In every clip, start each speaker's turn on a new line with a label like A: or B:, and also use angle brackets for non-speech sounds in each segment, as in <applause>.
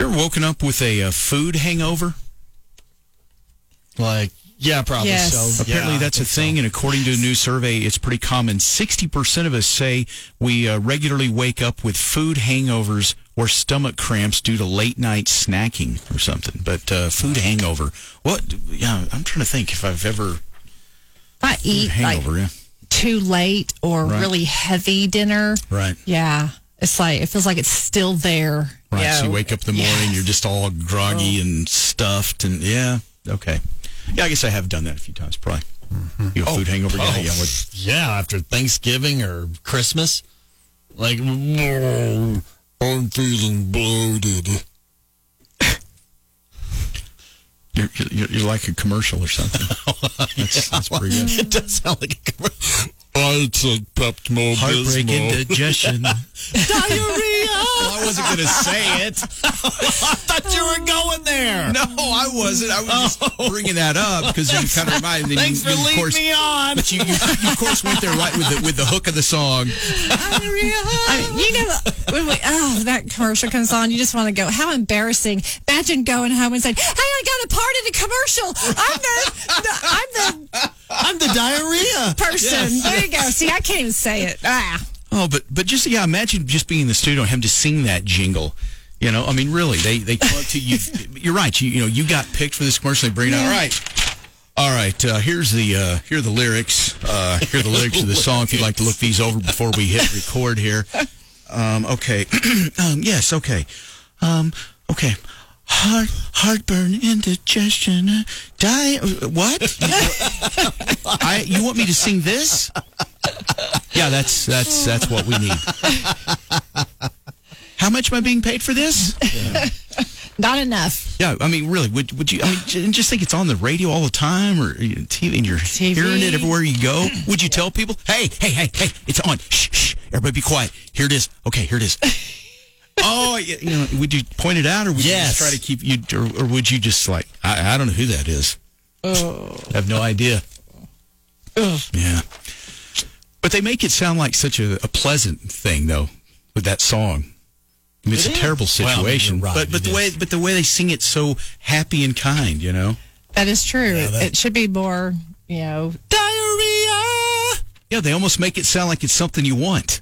A: You ever woken up with a, uh food hangover?
B: Like, yeah, probably
C: Yes.
B: so.
A: Apparently,
B: Yeah,
A: that's
B: I
A: a
B: think so.
A: thing, and according to a new survey, it's pretty common. 60% of us say we uh, regularly wake up with food hangovers or stomach cramps due to late night snacking or something. But uh, food hangover, what? Yeah, I'm trying to think if I've ever
C: If I eat
A: hangover.
C: like
A: yeah,
C: too late or
A: Right.
C: really heavy dinner,
A: right.
C: yeah, it's like it feels like it's still there.
A: Right. So you
C: Yeah.
A: wake up in the morning,
C: Yes.
A: you're just all groggy and stuffed, and yeah, okay. Yeah, I guess I have done that a few times, probably. You a food hangover guy? Yeah, what-
B: yeah, after Thanksgiving or Christmas. Like, "Mm, I'm feeling bloated. <laughs>
A: You're, you're, you're like a commercial or
B: <laughs>
A: something. That's, that's pretty good.
B: It does sound like a commercial. I took Pepto
A: Heartbreak
B: Bismol. <laughs>
A: indigestion.
B: Diarrhea.
A: I wasn't going to say it.
B: thought you were going there.
A: No, I wasn't. I was
B: <laughs>
A: just bringing that up because you kind of reminded me.
B: Oh. Thanks for
A: you,
B: leading
A: of course,
B: me on.
A: But you, you, you, of course, went there right with the, with the hook of the song.
C: I mean, you know, when we, oh, that commercial comes on, you just want to go. How embarrassing! Imagine going home and saying, "Hey, I got a part in the commercial. I'm the, the I'm the
A: <laughs>
B: I'm the diarrhea.
C: person." There you go. See, I can't even say it. Ah,
A: Oh, but but just yeah, imagine just being in the studio and having to sing that jingle. You know, I mean, really, they they come up to you. <laughs> You're right. You you know, you got picked for this commercial. They bring it out. All right, all right. Uh, here's the uh, here are the lyrics. Uh, here are the lyrics of the song. If you'd like to look these over before we hit record here. Um, okay. <clears throat> um, yes. Okay. Um, okay. Heart heartburn, indigestion, uh, di. What? <laughs> I you want me to sing this? Yeah, that's that's that's what we need. How much am I being paid for this?
C: not enough.
A: Yeah, I mean, really, would would you? I mean, j- just think it's on the radio all the time or you know, TV, and you're hearing it everywhere you go. Would you tell people, hey, hey, hey, hey, it's on? Shh, shh, everybody, be quiet. Here it is. Okay, here it is. oh, y- you know, would you point it out, or would
B: Yes.
A: you just try to keep you, or, or would you just like, I, I don't know who that is. I have no idea. Yeah. But they make it sound like such a, a pleasant thing, though, with that song. I mean, it's a terrible
B: Well, you're
A: situation,
B: right,
A: but but
B: it
A: the way but the way they sing it so happy and kind, you know.
C: That is true.
B: that-
C: it should be more, you know.
B: Diarrhea.
A: Yeah, they almost make it sound like it's something you
C: <laughs>
A: want.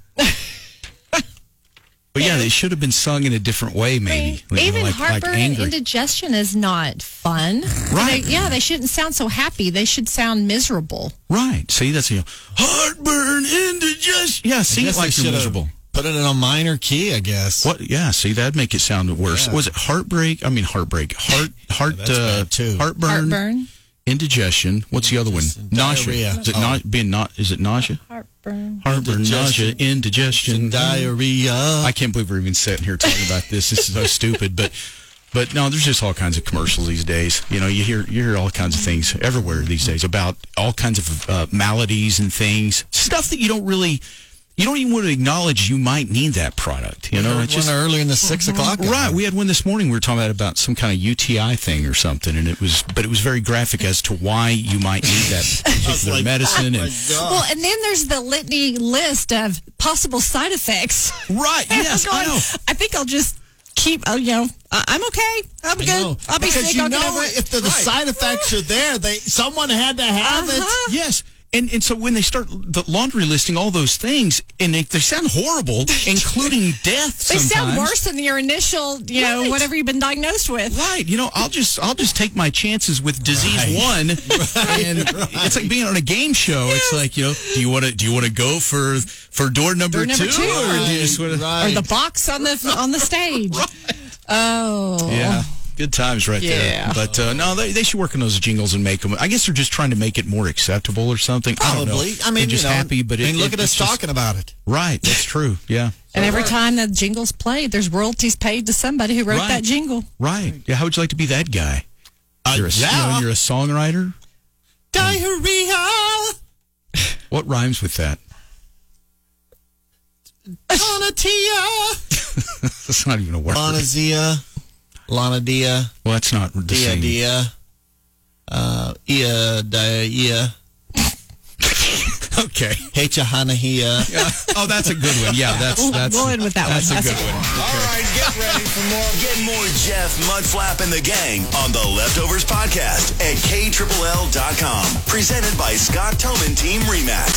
A: but yeah, they should have been sung in a different way, maybe. you know,
C: Even
A: like, like
C: heartburn and
A: angry.
C: indigestion is not fun.
A: Right.
C: They- yeah, they shouldn't sound so happy. They should sound miserable.
A: right. See, that's you know, heartburn, indigestion. Yeah, sing
B: Guess
A: it
B: they
A: like you're
B: should've
A: miserable.
B: Put it in a minor key, I guess.
A: What? Yeah. See, that'd make it sound worse. Was it heartbreak? I mean, heartbreak. Heart, heart,
B: that's
A: uh,
B: bad, too.
A: Heartburn,
C: Heartburn.
A: indigestion. What's the other one? Nausea.
B: diarrhea.
A: Is it
B: Oh.
A: not being not? Is it nausea?
C: Heartburn.
A: Heartburn, nausea, indigestion,
B: Diarrhea.
A: I can't believe we're even sitting here talking about this. This is <laughs> so stupid, but but no, there's just all kinds of commercials these days. You know, you hear you hear all kinds of things everywhere these days about all kinds of uh, maladies and things, stuff that you don't really, you don't even want to acknowledge you might need that product. You know,
B: Heard
A: it's just
B: one earlier in the six o'clock. hour.
A: Right, we had one this morning. We were talking about, about some kind of UTI thing or something, and it was, but it was very graphic as to why you might need
C: <laughs>
A: that particular medicine.
B: oh
A: and
C: Well, and then there's the litany list of possible side effects. <laughs>
A: right, yes,
C: I'm
A: I
C: going,
A: know.
C: I think I'll just keep. Oh, you know, I- I'm okay. I'm
B: I
C: good.
B: know.
C: I'll be
B: because
C: sick.
B: you
C: I'll get
B: know
C: over it.
B: if the, the side effects are there, they someone had to have
C: Uh-huh.
A: Yes. And, and so when they start the laundry listing all those things, and they, they sound
C: <laughs>
A: horrible, including death.
C: They sound
A: sometimes.
C: worse than your initial, you know,
A: Right.
C: whatever you've been diagnosed with.
A: Right. You know, I'll just I'll just take my chances with disease
B: Right.
C: <laughs>
A: one,
B: <laughs>
A: and it's like being on a game show. It's like you know, do you want to do you want to go for for door number,
C: Door number two.
A: or do you just want
B: it.
A: to?
B: Right.
A: <laughs>
C: Or the box on the on the stage. Oh.
A: Yeah. Good times right
D: Yeah.
A: there. But uh, no, they, they should work on those jingles and make them. I guess they're just trying to make it more acceptable or something. I, don't know.
B: Probably. I, mean,
A: They're just
B: you know,
A: happy. But
B: I mean,
A: it, it-
B: look at us
A: it's just-
B: talking about it.
A: Right. That's true. Yeah.
C: And every time that jingle's played, there's royalties paid to somebody who wrote
A: Right.
C: that jingle.
A: Right. Yeah. How would you like to be that guy? You're a, you know,
B: Uh, yeah.
A: you're a songwriter.
B: Diarrhea
A: What rhymes with that?
B: on a tia.
A: That's not even a word.
B: On a zia. Lana dia.
A: well, that's not the
B: Dia
A: same.
B: dia. Uh, ia dia.
A: <laughs> Okay.
B: Hecha hanahia.
A: <laughs> oh, that's a good one. Yeah.
B: <laughs>
A: That's that's.
C: we'll end with that one.
A: That's a
C: That's
A: good
C: it.
A: one.
E: All right, get ready for more. Get more Jeff Mudflap and the gang on the Leftovers Podcast at KTRLL.com. Presented by Scott Tobin Team Remax.